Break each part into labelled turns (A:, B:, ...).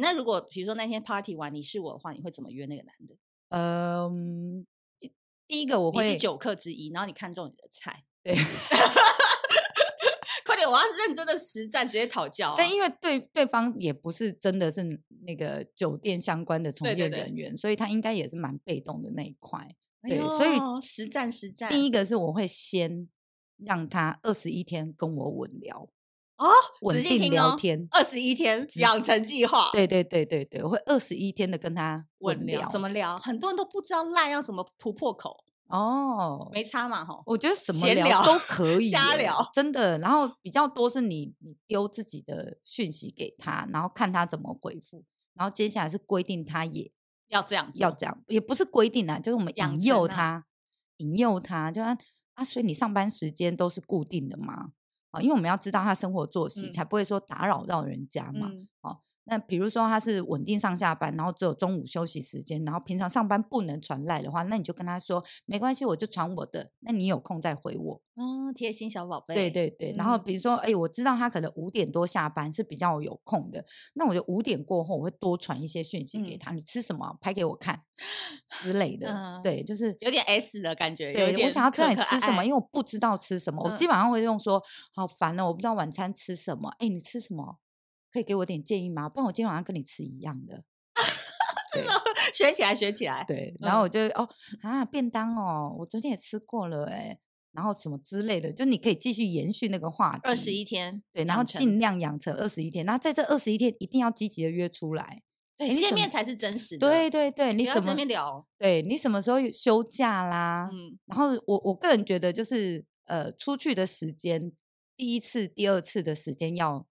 A: 那如果比如说那天 party 完你是我的话，你会怎么约那个男的？
B: 嗯，第第一个我
A: 你
B: 会
A: 是九客之一，然后你看中你的菜，
B: 对，
A: 快点，我要认真的实战，直接讨教、啊。
B: 但因为对对方也不是真的是那个酒店相关的从
A: 对
B: 业
A: 对对
B: 人员，所以他应该也是蛮被动的那一块。
A: 哎
B: 对，所以
A: 呦实战实战
B: 第一个是我会先让他二十一天跟我稳聊，
A: 哦，
B: 稳
A: 仔细
B: 定
A: 听
B: 聊
A: 哦
B: 天。
A: 二十一天养成计划，，
B: 嗯对对对对对，我会二十一天的跟他
A: 稳
B: 聊
A: 聊怎么聊？很多人都不知道赖要怎么突破口，
B: 哦。
A: 没差嘛吼。
B: 我觉得什么
A: 闲
B: 聊
A: 聊
B: 都可以，
A: 瞎聊，
B: 真的。然后比较多是你你丢自己的讯息给他，然后看他怎么回复，然后接下来是规定他也
A: 要这样
B: 要
A: 做
B: 这样，也不是规定啊，就是我们
A: 养
B: 引诱
A: 成啊
B: 他，引诱他，就啊啊，所以你上班时间都是固定的吗？啊，因为我们要知道他生活作息，
A: 嗯
B: 才不会说打扰到人家嘛。
A: 嗯
B: 那比如说他是稳定上下班，然后只有中午休息时间，然后平常上班不能传赖的话，那你就跟他说没关系，我就传我的，那你有空再回我。
A: 嗯，贴心小宝贝，
B: 对对对，然后
A: 嗯
B: 比如说，哎、我知道他可能五点多下班是比较有空的，那我就五点过后我会多传一些讯息给
A: 嗯
B: 他，你吃什么拍给我看之类的。
A: 嗯
B: 对，就是
A: 有点 S 的感觉，有
B: 对我
A: 点
B: 想要知
A: 可
B: 道你
A: 可
B: 吃什
A: 爱
B: 么，
A: 爱嗯
B: 因为我不知道吃什么，我基本上会用说好烦哦，我不知道晚餐吃什么。哎、你吃什么？可以给我点建议吗？不然我今天晚上跟你吃一样的。对
A: 学起来学起来，
B: 对，然
A: 嗯
B: 后我就、哦啊便当哦，我昨天也吃过了哎、然后什么之类的，就你可以继续延续那个话题。
A: 二十一天
B: 对，
A: 养成，
B: 然后尽量养成二十一天，然后在这二十一天一定要积极的约出来，
A: 对
B: 诶你
A: 见
B: 什
A: 面
B: 么
A: 才是真实的，
B: 对，对对，你
A: 不要
B: 什
A: 在那
B: 么
A: 边聊，
B: 对你什么时候有休假啦？
A: 嗯，
B: 然后我我个人觉得就是呃，出去的时间，第一次、第二次的时间要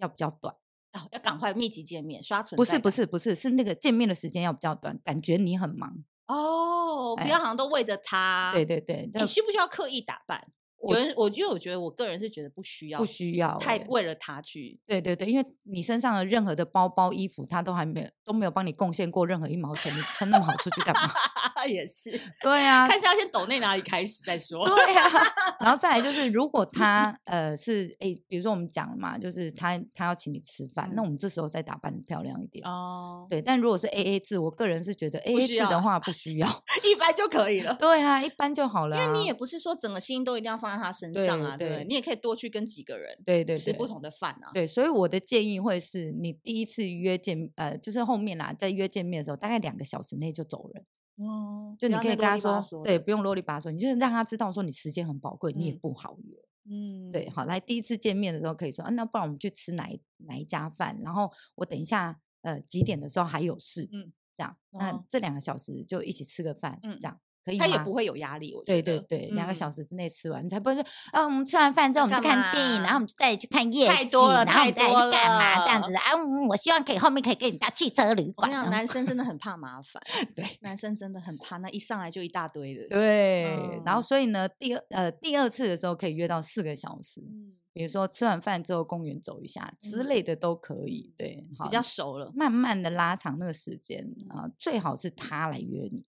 B: 要比较短，
A: 哦要赶快密集见面，刷存
B: 不是
A: 在
B: 不
A: 感
B: 是不是，是那个见面的时间要比较短，感觉你很忙。
A: 哦，不
B: 哎
A: 要好像都为着他，
B: 对对对，
A: 你
B: 那
A: 需不需要刻意打扮？有
B: 我
A: 人，我因为我觉得我个人是觉得不需要，
B: 不需要
A: 太
B: 欸
A: 为了他去。
B: 对对对，因为你身上的任何的包包、衣服，他都还没有都没有帮你贡献过任何一毛钱，你穿那么好出去干嘛？
A: 也是，
B: 对啊，
A: 看是要先抖内哪里开始再说。
B: 对啊， 然后再来就是，如
A: 嗯
B: 果他呃是诶、比如说我们讲了嘛，就是他他要请你吃饭，那
A: 嗯
B: 我们这时候再打扮得漂亮一点。
A: 哦，
B: 对，但如果是 A A 制，我个人是觉得 A A
A: 需
B: 制
A: 要
B: 的话不需要。
A: 一般就可以了。
B: 对啊，一般就好了、
A: 因
B: 啊。
A: 为你也不是说整个心都一定要放在他身上啊，对
B: 对
A: 不
B: 对
A: 对？你也可以多去跟几个人
B: 对对
A: 吃
B: 对
A: 不同的饭啊。
B: 对，所以我的建议会是你第一次约见呃，就是后面啦，在约见面的时候，大概两个小时内就走人。
A: 哦，不
B: 就你
A: 要
B: 可以
A: 再
B: 跟
A: 啰
B: 他
A: 里吧
B: 说
A: 嗦，
B: 对，
A: 的，
B: 不用啰里吧嗦，你就是让他知道说你时间很宝贵，你也
A: 嗯
B: 不好约。
A: 嗯，
B: 对，好，来第一次见面的时候可以说，啊，那不然我们去吃哪一哪一家饭，然后我等一下呃几点的时候还有事，嗯
A: 嗯，
B: 这样，那
A: 哦
B: 这两个小时就一起吃个饭，
A: 嗯
B: 这样可以吗？
A: 他也不会有压力，我觉
B: 对对
A: 得。
B: 对，两个小
A: 嗯
B: 时之内吃完，你才不会说，啊，我们吃完饭之后我们去
A: 干
B: 看电影，然
A: 嘛
B: 后我们就带你去看夜景，
A: 太多了
B: 然后我们
A: 太
B: 带你去
A: 多
B: 干嘛这样
A: 了
B: 子啊？嗯，我希望可以后面可以跟你到汽车旅
A: 我
B: 馆
A: 跟你讲，
B: 啊，
A: 男生真的很怕麻烦，
B: 对。
A: 男生真的很怕，那一上来就一大堆的。
B: 对，然
A: 嗯
B: 后所以呢，第二呃第二次的时候可以约到四个小时，
A: 嗯，
B: 比如说吃完饭之后公园走一下之
A: 嗯
B: 类的都可以。对，好，
A: 比较嗯熟了。
B: 慢慢的拉长那个时间啊、最好是他来约你，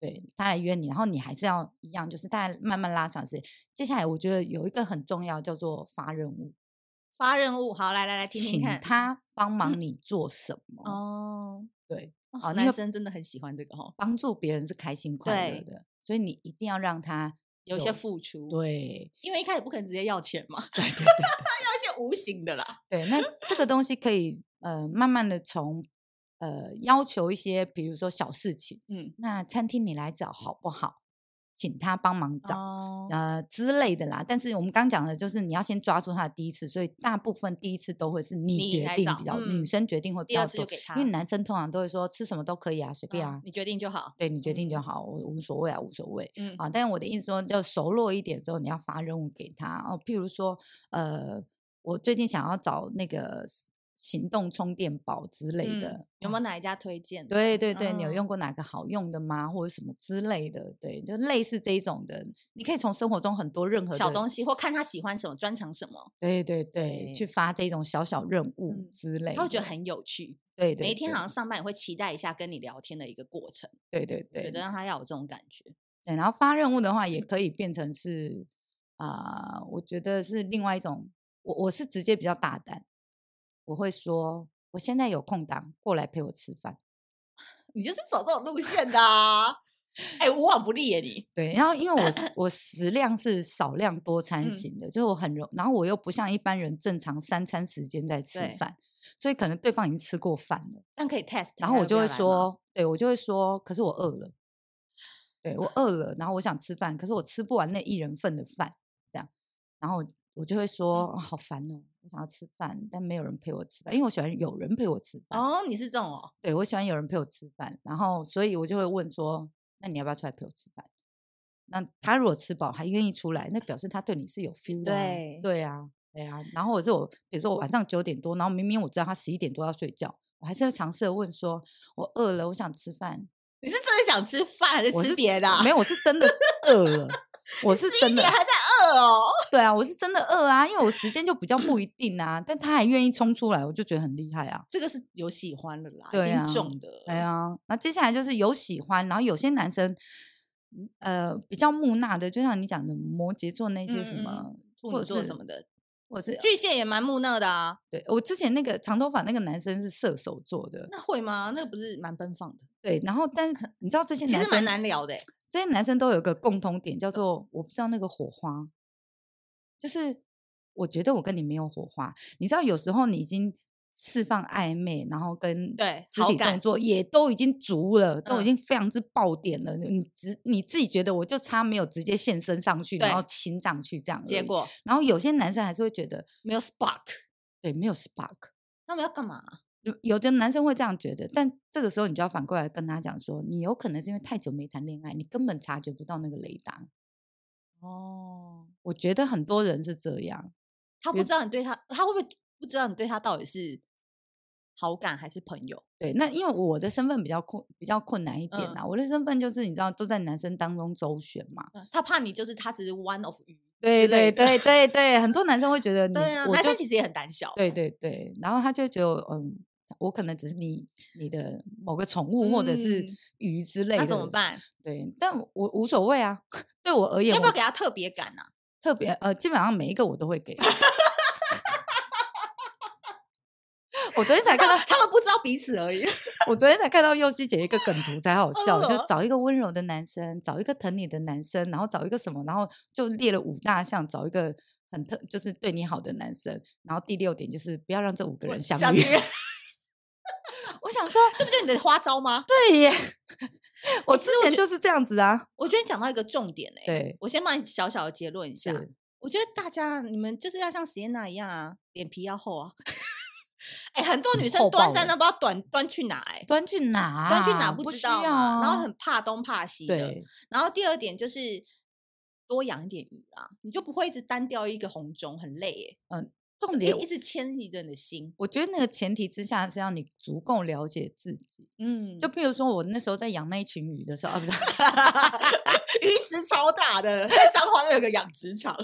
B: 对他来约你，然后你还是要一样，就是大家慢慢拉长时间。接下来我觉得有一个很重要，叫做发任务，
A: 发任务，好，来来来，听听
B: 请
A: 看。嗯
B: 他帮忙你做什么，
A: 哦，
B: 对，
A: 哦
B: 好那
A: 男
B: 个
A: 生真的很喜欢这个哦，
B: 帮助别人是开心快乐
A: 对
B: 的，所以你一定要让他
A: 有一
B: 有
A: 些付出，，
B: 对
A: 因为一开始不可能直接要钱嘛，
B: 对对
A: 要
B: 对
A: 一些无形的啦。
B: 对，那这个东西可以呃，慢慢的从呃要求一些，比如说小事情，
A: 嗯，
B: 那餐厅你来找好不好？请他帮忙找、
A: 哦，
B: 呃之类的啦。但是我们刚讲的就是你要先抓住他的第一次，所以大部分第一次都会是你
A: 你
B: 决
A: 来
B: 定
A: 找
B: 比较，女
A: 嗯
B: 生决定会比
A: 第二
B: 较
A: 次就
B: 多，
A: 给他，
B: 因为男生通常都会说吃什么都可以啊，随
A: 嗯
B: 便啊。
A: 你决定就好。
B: 对你决定就
A: 嗯
B: 好，我无所谓啊，无所谓。
A: 嗯，
B: 啊，但我的意思说，就熟络一点之后，你要发任务给他哦。譬如说，呃，我最近想要找那个 s- 行动充电宝之类
A: 嗯
B: 的，
A: 有没有哪一家推荐的？
B: 对对对，你有
A: 嗯
B: 用过哪个好用的吗？或者什么之类的？对，就类似这一种的，你可以从生活中很多任何
A: 小
B: 的
A: 东西，或看他喜欢什么，专长什么，
B: 对对对，
A: 对
B: 去发这种小小任务
A: 嗯
B: 之类的，
A: 他会觉得很有趣。
B: 对对，
A: 每一天
B: 对
A: 好像上班也会期待一下跟你聊天的一个过程，
B: 对对对，
A: 觉得让他要有这种感觉。
B: 对，然后发任务的话，也可以变成是啊、我觉得是另外一种。我我是直接比较大胆，我会说我现在有空档过来陪我吃饭。
A: 你就是走这种路线的、啊，哎、无往不利耶你。
B: 对，然后因为我食我食量是少量多餐
A: 嗯
B: 型的，就是我很容，然后我又不像一般人正常三餐时间在吃
A: 对
B: 饭，所以可能对方已经吃过饭了。
A: 但可以 test，看
B: 然后
A: 要
B: 我
A: 不
B: 就
A: 要
B: 会
A: 来嘛，
B: 说，对我就会说，可是我饿了，对
A: 嗯
B: 我饿了，然后我想吃饭，可是我吃不完那一人份的饭，这样，然后我就会
A: 嗯
B: 说，哦、好烦哦，我想要吃饭，但没有人陪我吃饭，因为我喜欢有人陪我吃饭，
A: 哦，你是这种哦，
B: 对我喜欢有人陪我吃饭，然后所以我就会问说，那你要不要出来陪我吃饭？那他如果吃饱还愿意出来，那表示他对你是有 feel 的、啊，
A: 对
B: 对啊，对啊。然后我是我，比如说我晚上九点多，然后明明我知道他十一点多要睡觉，我还是要尝试的问说，我饿了，我想吃饭，
A: 你是真的想吃饭还是
B: 我
A: 吃
B: 是
A: 别的啊？啊
B: 没有，我是真的饿了，我是
A: 十一
B: 真的
A: 点还在饿哦，
B: 对啊，我是真的饿啊，因为我时间就比较不一定啊，但他还愿意冲出来，我就觉得很厉害啊。
A: 这个是有喜欢的啦，
B: 对
A: 一定
B: 啊
A: 中的，
B: 对，啊，那接下来就是有喜欢，然后有些男生，嗯呃，比较木讷的，就像你讲的摩羯座那些什
A: 嗯嗯嗯
B: 么，
A: 处女
B: 或者
A: 座
B: 是
A: 什么的，
B: 或者是
A: 巨蟹也蛮木讷的啊，
B: 对我之前那个长头发那个男生是射手座的，
A: 那会吗？那个不是蛮奔放的，
B: 对，然后但是你知道这些
A: 其
B: 男
A: 实
B: 生
A: 蛮难嗯聊的欸，
B: 这些男生都有个共同点，叫做我不知道那个火花，就是我觉得我跟你没有火花。你知道，有时候你已经释放暧昧，然后跟
A: 对
B: 肢
A: 好
B: 体
A: 感
B: 动作也都已经足了，都已
A: 嗯
B: 经非常之爆点了。你只你自己觉得，我就差没有直接现身上去，然
A: 对
B: 后亲上去这样而已。
A: 结果
B: 然后有些男生还是会觉得，
A: 没有 spark，
B: 对，没有 spark。
A: 他们要干嘛？啊
B: 有有的男生会这样觉得，但这个时候你就要反过来跟他讲说，你有可能是因为太久没谈恋爱，你根本察觉不到那个雷达。
A: 哦，
B: 我觉得很多人是这样，
A: 他不
B: 有
A: 知道你对他，他会不会不知道你对他到底是好感还是朋友？
B: 对。那因为我的身份比较困，比较困难一点
A: 嗯
B: 啦。我的身份就是你知道，都在男生当中周旋嘛。
A: 嗯他怕你就是他只是 one of you，
B: 对
A: 之类
B: 对
A: 的
B: 对对对，很多男生会觉得你，
A: 对啊，
B: 嗯我
A: 男
B: 就
A: 生其实也很胆小，
B: 对对对，然后他就觉得嗯。我可能只是你你的某个宠物或者是
A: 嗯
B: 鱼之类的，
A: 那怎么？办？
B: 对，但我无所谓啊。 对我而言，
A: 要不
B: 我
A: 要给他特别感 啊？
B: 特别呃，基本上每一个我都会给。 我昨天才看
A: 他
B: 到
A: 们，他们不知道彼此而已。
B: 我昨天才看到佑希姐一个梗图才好笑，就
A: 哦
B: 找一个温柔的男生，找一个疼你的男生，然后找一个什么，然后就列了五大项，找一个很特就是对你好的男生，然后第六点就是不要让这五个人相遇。
A: 这
B: 我想说，
A: 不就是你的花招吗？
B: 对耶，我
A: 欸
B: 之
A: 其实我
B: 前
A: 觉
B: 就是这样子啊，
A: 我觉得你讲到一个重点哎、
B: 对，
A: 我先帮你小小的结论一下。
B: 是
A: 我觉得大家你们就是要像 s i e n a 一样啊，脸皮要厚啊。 哎、很多女
B: 厚
A: 生
B: 爆
A: 端在
B: 欸
A: 那不知道端端去哪哎、
B: 端去哪？
A: 端去哪
B: 不
A: 知
B: 需
A: 道
B: 要
A: 嘛，然后
B: 啊
A: 很怕东怕西的。
B: 对
A: 然后第二点就是多养一点鱼啊，你就不会一直单钓一个红中，很累耶、
B: 重点
A: 一一直牵引着你的心。
B: 我觉得那个前提之下是要你足够了解自己。
A: 嗯，
B: 就比如说我那时候在养那一群鱼的时候，啊，不是
A: 鱼池超大的，在彰化那有个养殖场。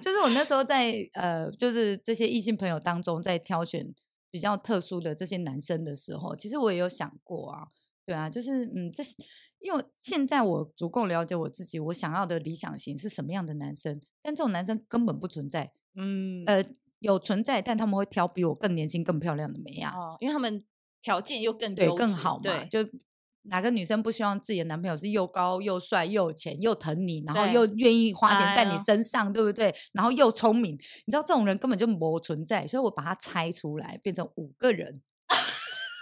B: 就是我那时候在呃，就是这些异性朋友当中，在挑选比较特殊的这些男生的时候，其实我也有想过啊，对啊，就是嗯，这是因为我现在我足够了解我自己，我想要的理想型是什么样的男生，但这种男生根本不存在，
A: 嗯，
B: 呃，有存在，但他们会挑比我更年轻、更漂亮的美啊，
A: 哦，因为他们条件又更
B: 对，
A: 优
B: 更
A: 质
B: 好嘛，
A: 对，
B: 就。哪个女生不希望自己的男朋友是又高又帅又有钱又疼你，然后
A: 对
B: 又愿意花钱
A: 哎
B: 在你
A: 呦
B: 身上，对不对？然后又聪明，你知道这种人根本就没存在，所以我把它拆出来变成五个人。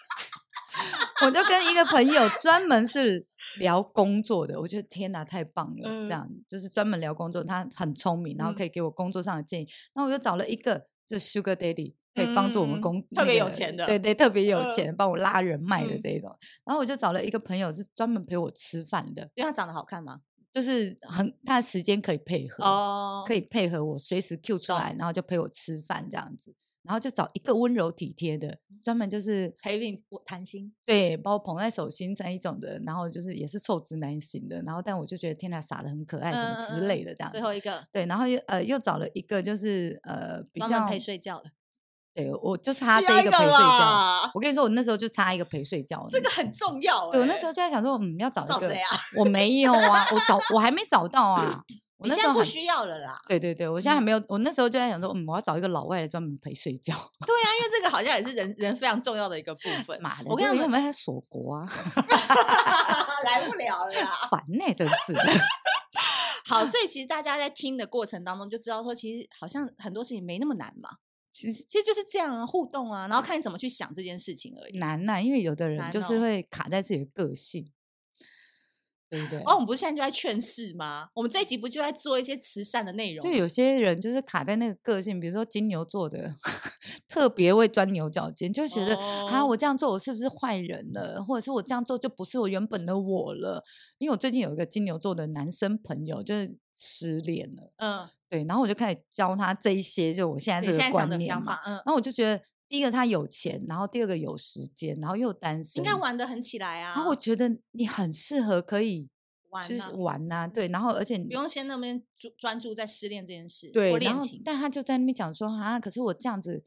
B: 我就跟一个朋友专门是聊工作的，我觉得天哪，太棒了！
A: 嗯
B: 这样就是专门聊工作，他很聪明，然后可以给我工作上的建议。那我又找了一个就是 Sugar Daddy，可以帮助我们
A: 嗯
B: 工、
A: 特别有
B: 那个
A: 钱的
B: 对对，特别有
A: 嗯
B: 钱，帮我拉人脉的
A: 嗯
B: 这一种。然后我就找了一个朋友是专门陪我吃饭的，
A: 因为他长得好看嘛。
B: 就是很他的时间可以配合，
A: 哦
B: 可
A: 以。
B: 以配合我随时 Q 出
A: 懂
B: 来，然后就陪我吃饭这样子。然后就找一个温柔体贴的，
A: 嗯
B: 专门就是
A: 陪你我谈心，
B: 对，把我捧在手心这样一种的，然后就是也是臭直男型的，然后但我就觉得天呐，傻的很可爱什么
A: 嗯嗯
B: 之
A: 嗯
B: 类的这样子。
A: 最后一个
B: 对，然后又呃又找了一个就是呃比
A: 专门
B: 较
A: 陪睡觉的，
B: 对我就差
A: 需
B: 这
A: 要
B: 一个陪睡觉。
A: 啦，
B: 我跟你说，我那时候就差一个陪睡觉而已。
A: 这个很重要。哎
B: 对我那时候，就在想说，嗯，要找一
A: 找啊
B: 个
A: 谁啊？
B: 我没有啊，我找我还没找到啊。我
A: 你
B: 那
A: 现在
B: 时候
A: 不
B: 还
A: 需要了啦。
B: 对对对，我现在还
A: 嗯
B: 没有，我那时候就在想说，嗯，我要找一个老外来专门陪睡觉。
A: 对啊，因为这个好像也是人人非常重要的一个部分。
B: 妈的，
A: 我跟
B: 结
A: 你
B: 果
A: 讲
B: 又，没有锁国啊，
A: 来不了了啦。
B: 烦呢、真是的。
A: 好，所以其实大家在听的过程当中就知道说，其实好像很多事情没那么难嘛。
B: 其实
A: 其实就是这样啊，互动啊，然后看你怎么去想这件事情而已。
B: 难呐、因为有的人
A: 难
B: 就是
A: 哦
B: 会卡在自己的个性，对不对？
A: 哦，我，们不是现在就在劝世吗？我们这一集不就在做一些慈善的内容
B: 就
A: 吗？
B: 有些人就是卡在那个个性，比如说金牛座的， 特别会钻牛角尖，就觉得啊，
A: 哦
B: 我这样做我是不是坏人了，或者是我这样做就不是我原本的我了？因为我最近有一个金牛座的男生朋友，就是失恋了，
A: 嗯，
B: 对，然后我就开始教他这一些，就我现在
A: 你
B: 这
A: 现
B: 个
A: 在想
B: 观
A: 的
B: 念
A: 想
B: 嘛。
A: 法，嗯，
B: 然后我就觉得，第一个他有钱，然后第二个有时间，然后又单
A: 应
B: 身，
A: 该玩的很起来啊。
B: 然后我觉得你很适合可以
A: 玩
B: 就
A: 啊
B: 是玩呐、对，然后而且
A: 不用先那边专专注在失恋这件事
B: 对
A: 或，
B: 然
A: 恋
B: 后
A: 情。嗯
B: 但他就在那边讲说啊，可是我这样子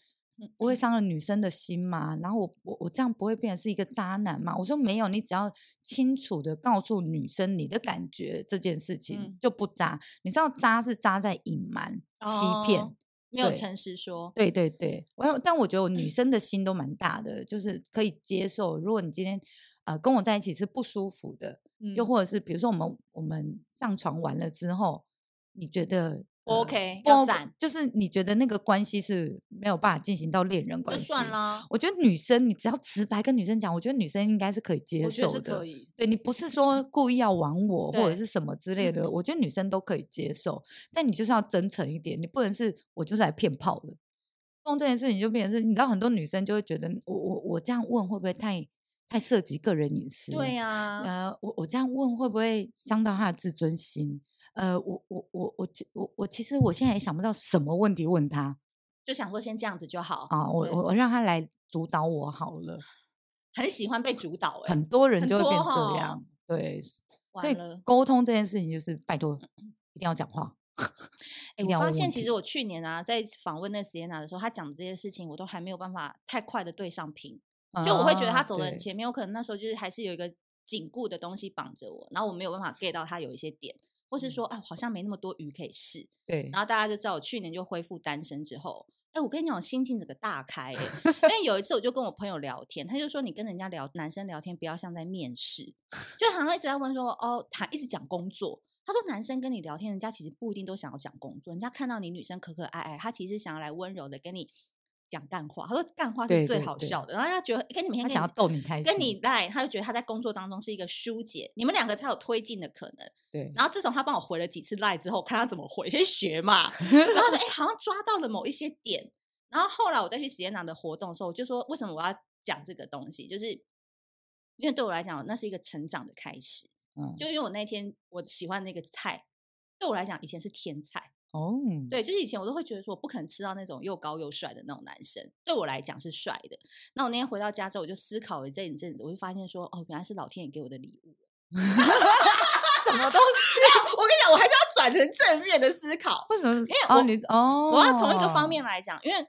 B: 不会伤了女生的心嘛？然后我我我这样不会变成是一个渣男嘛？我说没有，你只要清楚的告诉女生你的感觉这件事情、
A: 嗯
B: 就不渣。你知道渣是渣在隐瞒、欺骗，
A: 哦没有
B: 对
A: 诚实说，
B: 对对对，我但我觉得我女
A: 嗯
B: 生的心都蛮大的，就是可以接受。如果你今天呃跟我在一起是不舒服的，又
A: 嗯
B: 或者是比如说我们我们上床完了之后，你觉得
A: 不
B: 呃
A: OK，
B: 不
A: 要
B: OK-
A: 散
B: 就是你觉得那个关系是没有办法进行到恋人
A: 就
B: 关系，
A: 算啦，
B: 我觉得女生你只要直白跟女生讲，我觉得女生应该是可以接
A: 我觉得
B: 受
A: 是
B: 的
A: 可。以。嗯
B: 对你不是说故意要玩我或者
A: 对
B: 是什么之类的，
A: 嗯
B: 我觉得女生都可以接受，但你就是要真诚一点，你不能是我就是来骗炮的。弄这件事情就变成是，你知道很多女生就会觉得我我我这样问会不会太太涉及个人隐私？
A: 对呀，
B: 呃，我我这样问会不会伤到他的自尊心？呃，我我我我觉我我其实我现在也想不到什么问题问他
A: 就想说先这样子就好
B: 啊，我
A: 对
B: 我我让他来主导我好了。
A: 很喜欢被主导哎，
B: 很多人
A: 很
B: 就会变
A: 多吼
B: 这样，对，所
A: 完
B: 以
A: 了。
B: 沟通这件事情就是拜托一定要讲话。
A: 哎、
B: 一定
A: 我
B: 要
A: 发
B: 问
A: 现
B: 问
A: 其
B: 题
A: 实我去年啊，在访问那 Sienna 的时候，她讲的这些事情，我都还没有办法太快的对上拼。就我会觉得她
B: 啊
A: 走的很
B: 对
A: 前面，我可能那时候就是还是有一个紧固的东西绑着我，然后我没有办法 get 到她有一些点，或是
B: 嗯
A: 说，哎，好像没那么多鱼可以试。
B: 对
A: 然，后大家就知道我去年就恢复单身之后，哎，我跟你讲，我心境整个大开、欸。因为有一次我就跟我朋友聊天，他就说你跟人家聊男生聊天不要像在面 试，就好像一直在问说哦，他一直讲工作。他说男生跟你聊天，人家其实不一定都想要讲工作，人家看到你女生可可爱爱，他其实想要来温柔的跟你讲干话。他说干话是
B: 对
A: 最
B: 对
A: 好
B: 对
A: 笑的，然后他觉得跟你每天
B: 他
A: 跟
B: 想
A: 你
B: 要逗你开心，
A: 跟你赖，他就觉得他在工作当中是一个疏解，你们两个才有推进的可能。
B: 对
A: 然后自从他帮我回了几次赖之后，看他怎么回，先学嘛。然后哎、诶好像抓到了某一些点。然后后来我再去实验堂的活动的时候，我就说为什么我要讲这个东西，就是因为对我来讲，那是一个成长的开始。
B: 嗯
A: 就因为我那天我喜欢那个菜，对我来讲以前是天菜，
B: 哦，
A: 对，就是以前我都会觉得说我不可能吃到那种又高又帅的那种男生，对我来讲是帅的。那我那天回到家之后，我就思考了这一阵子，我就发现说，哦，原来是老天爷给我的礼物。
B: 什么东西？
A: 我跟你讲，我还是要转成正面的思考。
B: 为什么？因
A: 为我
B: 哦你哦，
A: 我要从一个方面来讲，因为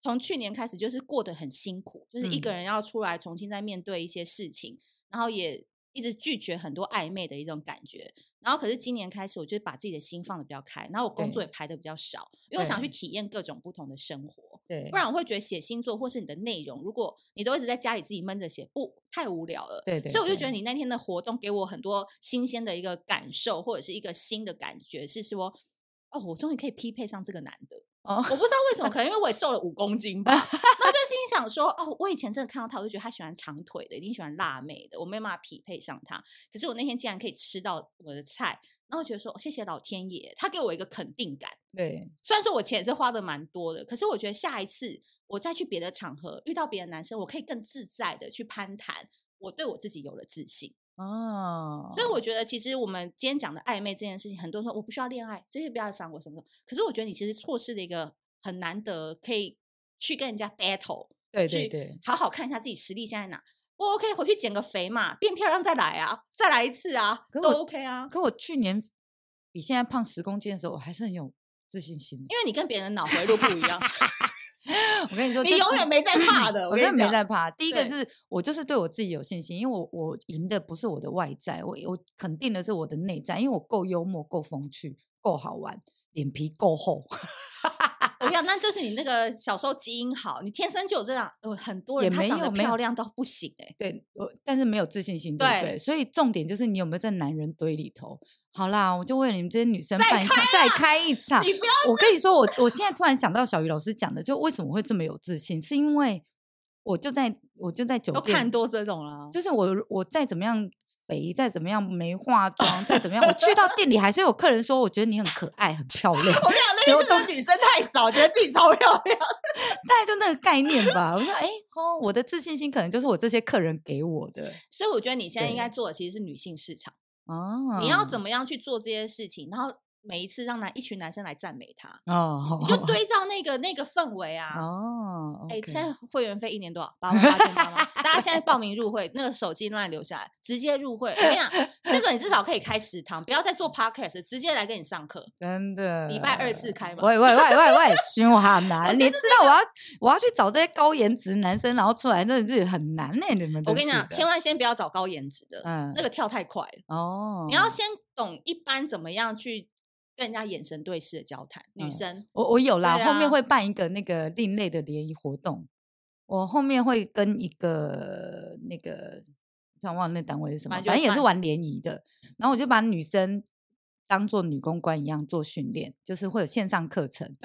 A: 从去年开始就是过得很辛苦，就是一
B: 嗯
A: 个人要出来重新再面对一些事情，然后也一直拒绝很多暧昧的一种感觉。然后可是今年开始，我就把自己的心放的比较开，然后我工作也排的比较少，因为我想去
B: 对
A: 体验各种不同的生活。
B: 对
A: 不然我会觉得写星座或是你的内容，如果你都一直在家里自己闷着写，不太无聊了。
B: 对对，
A: 所以我就觉
B: 对
A: 得你那天的活动给我很多新鲜的一个感受，或者是一个新的感觉，是说，哦，我终于可以匹配上这个男的。
B: 哦
A: 我不知道为什么，可能因为我也瘦了五公斤吧。然后就心里想说，哦，我以前真的看到他，我就觉得他喜欢长腿的，一定喜欢辣妹的，我没有办法匹配上他。可是我那天竟然可以吃到我的菜，然后我觉得说，哦谢谢老天爷，他给我一个肯定感。
B: 对
A: 虽然说我钱也是花的蛮多的，可是我觉得下一次我再去别的场合遇到别的男生，我可以更自在的去攀谈，我对我自己有了自信。
B: 哦，
A: 所以我觉得，其实我们今天讲的暧昧这件事情，很多人说我不需要恋爱，这些不要烦我什么的。可是我觉得你其实错失了一个很难得可以去跟人家 battle，
B: 对
A: 去
B: 对对，
A: 好好看一下自己实力现在哪。不 OK，回去减个肥嘛，变漂亮再来啊，再来一次啊，
B: 可
A: 都
B: 我
A: OK 啊。
B: 可我去年比现在胖十公斤的时候，我还是很有自信心的。
A: 因为你跟别人脑回路不一样，
B: 我跟你说，
A: 你
B: 就是
A: 永远没在怕 的。
B: 我
A: 跟
B: 真
A: 你
B: 的没
A: 讲
B: 在怕。第一个
A: 对
B: 是我就是对我自己有信心，因为我我赢的不是我的外在，我我肯定的是我的内在，因为我够幽默、够风趣、够好玩，脸皮够厚，
A: 我跟你讲，那就是你那个小时候基因好，你天生就有这样。有很多
B: 也
A: 人他
B: 没
A: 长得
B: 有没有
A: 漂亮到不行哎、
B: 对，我但是没有自信心，对不
A: 对
B: 对？所以重点就是你有没有在男人堆里头。好啦，我就为了你们这些女生
A: 再
B: 办一场，再开一场。
A: 你不要
B: 我跟你说，我我现在突然想到小鱼老师讲的，就为什么会这么有自信，是因为我就在我就在酒
A: 都
B: 店
A: 看多这种了，
B: 就是我我再怎么样肥，再怎么样 没化妆，再怎么样，我去到店里还是有客人说，我觉得你很可爱，很漂
A: 我
B: 亮，
A: 跟你讲，那
B: 流
A: 些就是女生太少，觉得自己超漂亮。
B: 大概就那个概念吧。我说，哎、哦，我的自信心可能就是我这些客人给我的
A: 所以我觉得你现在应该
B: 对
A: 做的其实是女性市场，
B: 啊。
A: 你要怎
B: 么？
A: 么样去做这些事情，然后每一次让男一群男生来赞美她，
B: 哦，
A: 你就堆造那个那个氛围啊。
B: 哦，
A: 哎、
B: OK
A: 现在会员费一年多少？八万八千八吗？大家现在报名入会，那个手机乱留下来，直接入会。我跟你讲，这个你至少可以开十堂，不要再做 podcast，直接来跟你上课。
B: 真的，
A: 礼拜二四开嘛
B: 喂喂喂喂喂，凶哈难！
A: 觉得
B: 你知道我要我要去找这些高颜值男生，然后出来真的是很难呢、你们
A: 我
B: 嗯真
A: 跟你
B: 是
A: 讲，
B: 的
A: 千万先不要找高颜值的，
B: 嗯
A: 那个跳太快了。
B: 哦，
A: 你要先懂一般怎么样去跟人家眼神对视的交谈，女
B: 嗯
A: 生。
B: 我我有啦，
A: 对
B: 后面
A: 啊
B: 会办一个那个另类的联谊活动，我后面会跟一个那个，突然忘了那单位是什么，
A: 反
B: 反
A: 正就
B: 正也是
A: 办
B: 玩联谊的，然后我就把女生当做女公关一样做训练，就是会有线上课 程，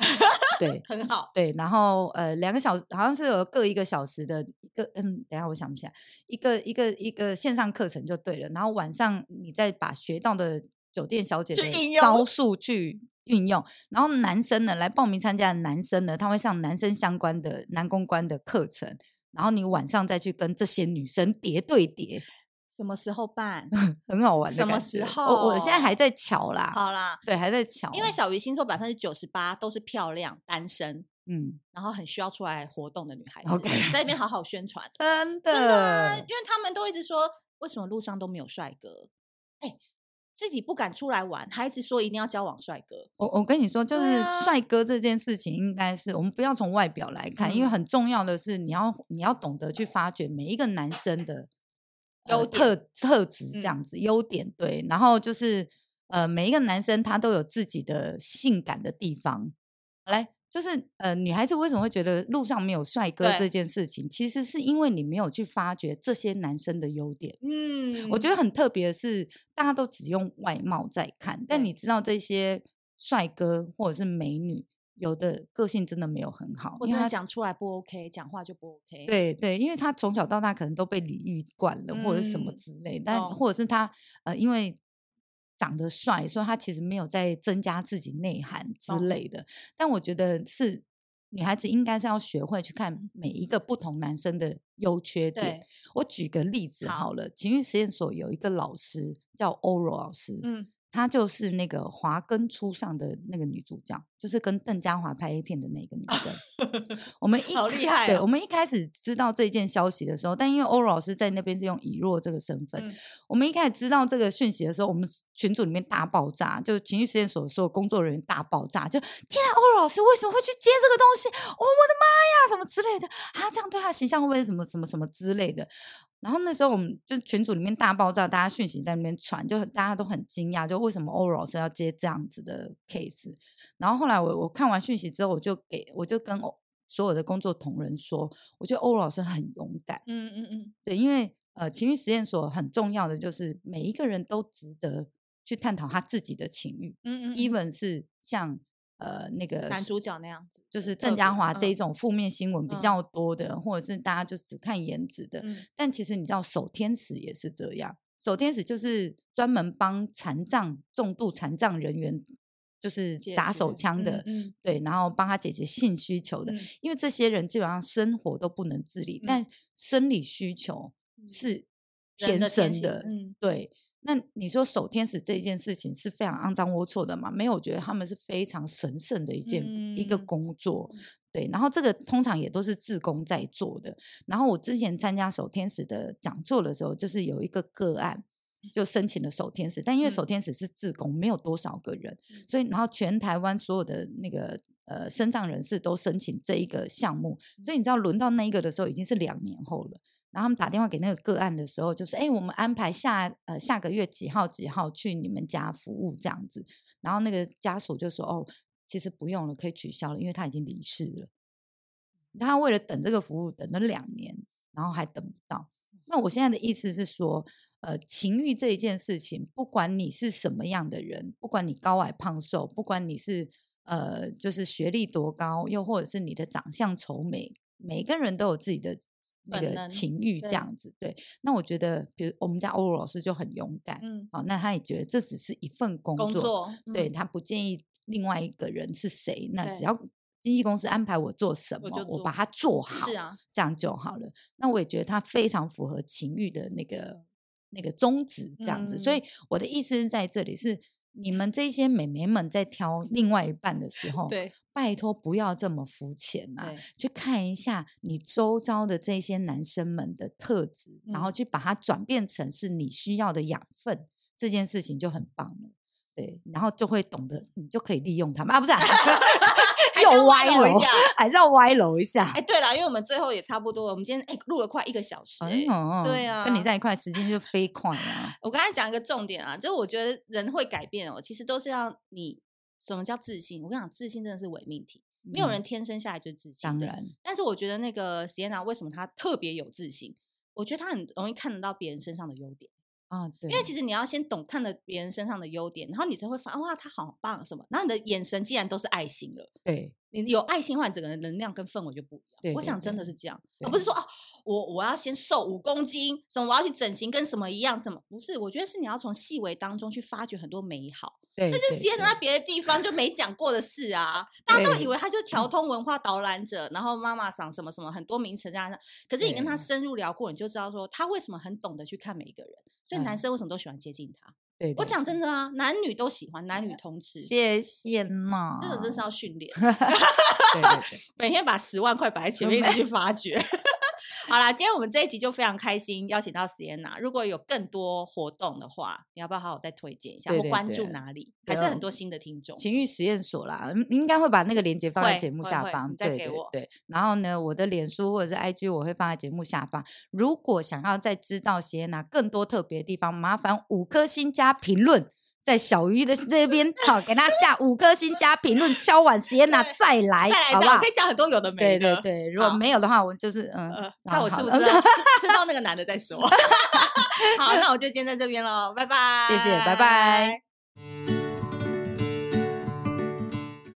B: 对。
A: 很好，
B: 对，然后呃，两个小时好像是有各一个小时的一个，嗯，等一下我想一下，一个一个一个线上课程就对了。然后晚上你再把学到的酒店小姐
A: 去
B: 的
A: 应用
B: 招数去运用。然后男生呢，来报名参加的男生呢，他会上男生相关的男公关的课程。然后你晚上再去跟这些女生叠对叠，
A: 什么时候 办？
B: 很好玩的
A: 什么
B: 感
A: 时
B: 觉我我现在还
A: 候
B: 在瞧啦，
A: 好啦，
B: 对，还在瞧，
A: 因为小鱼星座百分之九十八都是漂亮、单身，
B: 嗯，
A: 然后很需要出来活动的女孩子
B: OK
A: 在那边好好宣传。
B: 真的，
A: 真的啊，因为他们都一直说，为什么路上都没有帅哥？哎、自己不敢出来玩，还一直说一定要交往帅哥。
B: 我我跟你说，就
A: 对
B: 是
A: 啊
B: 帅哥这件事情，应该是我们不要从外表来看，因为
A: 嗯
B: 很重要的是你要你要懂得去发掘每一个男生的呃
A: 优
B: 特特质，这
A: 嗯
B: 样子优点对，然后就是呃每一个男生他都有自己的性感的地方，好来。就是呃，女孩子为什么会觉得路上没有帅哥
A: 对
B: 这件事情，其实是因为你没有去发掘这些男生的优点。
A: 嗯
B: 我觉得很特别的是，大家都只用外貌在看，但
A: 对
B: 你知道这些帅哥或者是美女，有的个性真的没有很好，
A: 我
B: 因
A: 真
B: 为
A: 的
B: 他
A: 讲出来不 OK，讲话就不 OK。，
B: 对对，因为他从小到大可能都被礼遇惯了，或者什么
A: 嗯
B: 之类，但
A: 懂
B: 或者是他呃，因为长得帅，所以他其实没有在增加自己内涵之
A: 懂
B: 类的。但我觉得是女孩子应该是要学会去看每一个不同男生的优缺点
A: 对。
B: 我举个例子
A: 好
B: 好了，情欲实验所有一个老师叫欧柔老师，
A: 嗯，
B: 她就是那个《华灯初上》的那个女主角，就是跟邓家华拍 A 片的那个女 生。我们一
A: 好
B: 开
A: 厉害
B: 对，
A: 哦
B: 我们一开始知道这件消息的时候，但因为欧柔老师在那边是用以弱这个身份，
A: 嗯
B: 我们一开始知道这个讯息的时候，我们群组里面大爆炸，就情绪实验所所有工作人员大爆炸，就天啊，欧柔老师为什么会去接这个东西？哦，我的妈呀，什么之类的啊，这样对他形象会不会什么什么什么之类的？然后那时候我们就群组里面大爆炸，大家讯息在那边传，就很大家都很惊讶，就为什么欧柔老师要接这样子的 case？然后后来我我看完讯息之后，我就给我就跟欧所有的工作同仁说，我觉得欧柔老师很勇敢，
A: 嗯嗯嗯，
B: 对，因为呃，情欲实验所很重要的就是每一个人都值得去探讨他自己的情欲、
A: 嗯嗯
B: e v e n 是像呃那个
A: 男
B: 是
A: 主角那样子，
B: 就是
A: 特
B: 邓家
A: 别
B: 华这一
A: 嗯
B: 种负面新闻比
A: 嗯
B: 较多的，或者是大家就只看颜值的，
A: 嗯，
B: 但其实你知道，守天使也是这样。守天使就是专门帮残障、重度残障人员，就是
A: 解
B: 打手
A: 决
B: 枪的，
A: 嗯
B: 对，然后帮他解决性需求的。
A: 嗯
B: 因为这些人基本上生活都不能自理，
A: 嗯
B: 但生理需求是
A: 人
B: 天
A: 的天
B: 生
A: 性
B: 的。
A: 嗯
B: 对，那你说守天使这件事情是非常肮脏龌龊的嘛？没有，我觉得他们是非常神圣的一件、一个
A: 嗯
B: 工作
A: 嗯。
B: 对，然后这个通常也都是志工在做的。然后我之前参加守天使的讲座的时候，就是有一个个案，就申请了守天使，但因为
A: 嗯
B: 守天使是自工，没有多少个人，
A: 嗯
B: 所以然后全台湾所有的那个呃身障人士都申请这一个项目，
A: 嗯
B: 所以你知道轮到那一个的时候已经是两年后了。然后他们打电话给那个个案的时候，就是哎、诶我们安排下呃下个月几号几号去你们家服务这样子。然后那个家属就说哦，其实不用了，可以取消了，因为他已经离世了。
A: 嗯
B: 他为了等这个服务等了两年，然后还等不到。
A: 嗯
B: 那我现在的意思是说，呃，情欲这一件事情，不管你是什么样的人，不管你高矮胖瘦，不管你是呃，就是学历多高，又或者是你的长相丑美，每个人都有自己的那
A: 本
B: 个
A: 能
B: 情欲这
A: 对
B: 样子。对，那我觉得，比如我们家欧罗老师就很勇敢，
A: 嗯，
B: 好、那他也觉得这只是一份工
A: 工作
B: 对
A: 嗯
B: 他不建议另外一个人是谁，那只
A: 对
B: 要经纪公司安排我做什
A: 我
B: 么，
A: 就
B: 我把
A: 做
B: 它做好，
A: 是啊，
B: 这样就好了。那我也觉得他非常符合情欲的那个那个宗旨，这样子。
A: 嗯
B: 所以我的意思是在这里是。你们这些美眉们在挑另外一半的时候，
A: 对
B: 拜托不要这么肤浅呐、
A: 对，
B: 去看一下你周遭的这些男生们的特质，然后
A: 嗯
B: 去把它转变成是你需要的养分，这件事情就很棒了。对，然后就会懂得，你就可以利用他们啊，不是 啊、
A: 还是
B: 又
A: 要
B: 歪
A: 楼一
B: 楼
A: 下。
B: 还是要歪楼 一下。
A: 哎，对了，因为我们最后也差不多了，我们今天哎录了快一个小时，哎
B: 呦
A: 对
B: 跟你
A: 啊。
B: 在一块时间就飞快啊
A: 我刚才讲一个重点啊，就是我觉得人会改变哦，其实都是要你什么叫自信？我跟你讲，自信真的是伪命题，没有
B: 嗯
A: 人天生下来就自信
B: 当
A: 的。
B: 然，
A: 但是我觉得那个 Sienna 为什么她特别有自信？我觉得她很容易看得到别人身上的优点，
B: 啊，对，
A: 因为其
B: 实
A: 实你要先懂看了别人身上的优点，然后你才会发现哇，她好棒什么，然后你的眼神既然都是爱心了。
B: 对
A: 你有爱心的话，你整个人能量跟氛围就不一样。
B: 对
A: 我
B: 对
A: 想真的
B: 对
A: 是这样，而不是说哦，我我要先瘦五公斤，什么我要去整形跟什么一样，怎么不是？我觉得是你要从细微当中去发掘很多美好，
B: 对，
A: 这就是啊
B: 对
A: C N 在
B: 对
A: 别的地方就没讲过的事啊。大家都以
B: 对嗯
A: 为他就调通文化导览者，然后妈妈桑什么什么很多名词这样的，可是你跟他
B: 对
A: 深入聊过，你就知道说他为什么很懂得去看每一个人，所以男
B: 嗯
A: 生为什么都喜欢接近他。
B: 对，
A: 我
B: 对
A: 讲真的啊，男女都喜欢，男女通吃，
B: 谢谢嘛，
A: 这个真是要训练。
B: 对对对
A: 每天把十万块摆在前 面一直去发掘。好啦，今天我们这一集就非常开心，邀请到 Sienna。如果有更多活动的话，你要不要好好再推荐一下，
B: 对
A: 或
B: 对
A: 关
B: 对
A: 注
B: 啊
A: 哪里？还
B: 对
A: 是
B: 啊
A: 很多新的听众。
B: 情欲实验所啦，嗯应该会把那个链接放在
A: 会
B: 节目
A: 会
B: 下
A: 会
B: 方。
A: 你再
B: 对
A: 给
B: 对
A: 我
B: 对。然后呢，我的脸书或者是 IG 我会放在节目下方。如果想要再知道谢娜更多特别的地方，麻烦五颗星加评论。在小鱼的这边，好，给他下五颗星加评论，敲碗谢娜
A: 对
B: 再来，
A: 再来一
B: 好不
A: 张，我
B: 好
A: 可？以讲很多有的没
B: 对
A: 的。
B: 对对，如果
A: 好
B: 没有的话，我就是嗯，
A: 呃，
B: 啊
A: 看我
B: 好
A: 吃不
B: 了
A: 吃到吃吃 到那个男的再说。好，那我就今天在这边喽，拜拜。
B: 谢谢拜拜。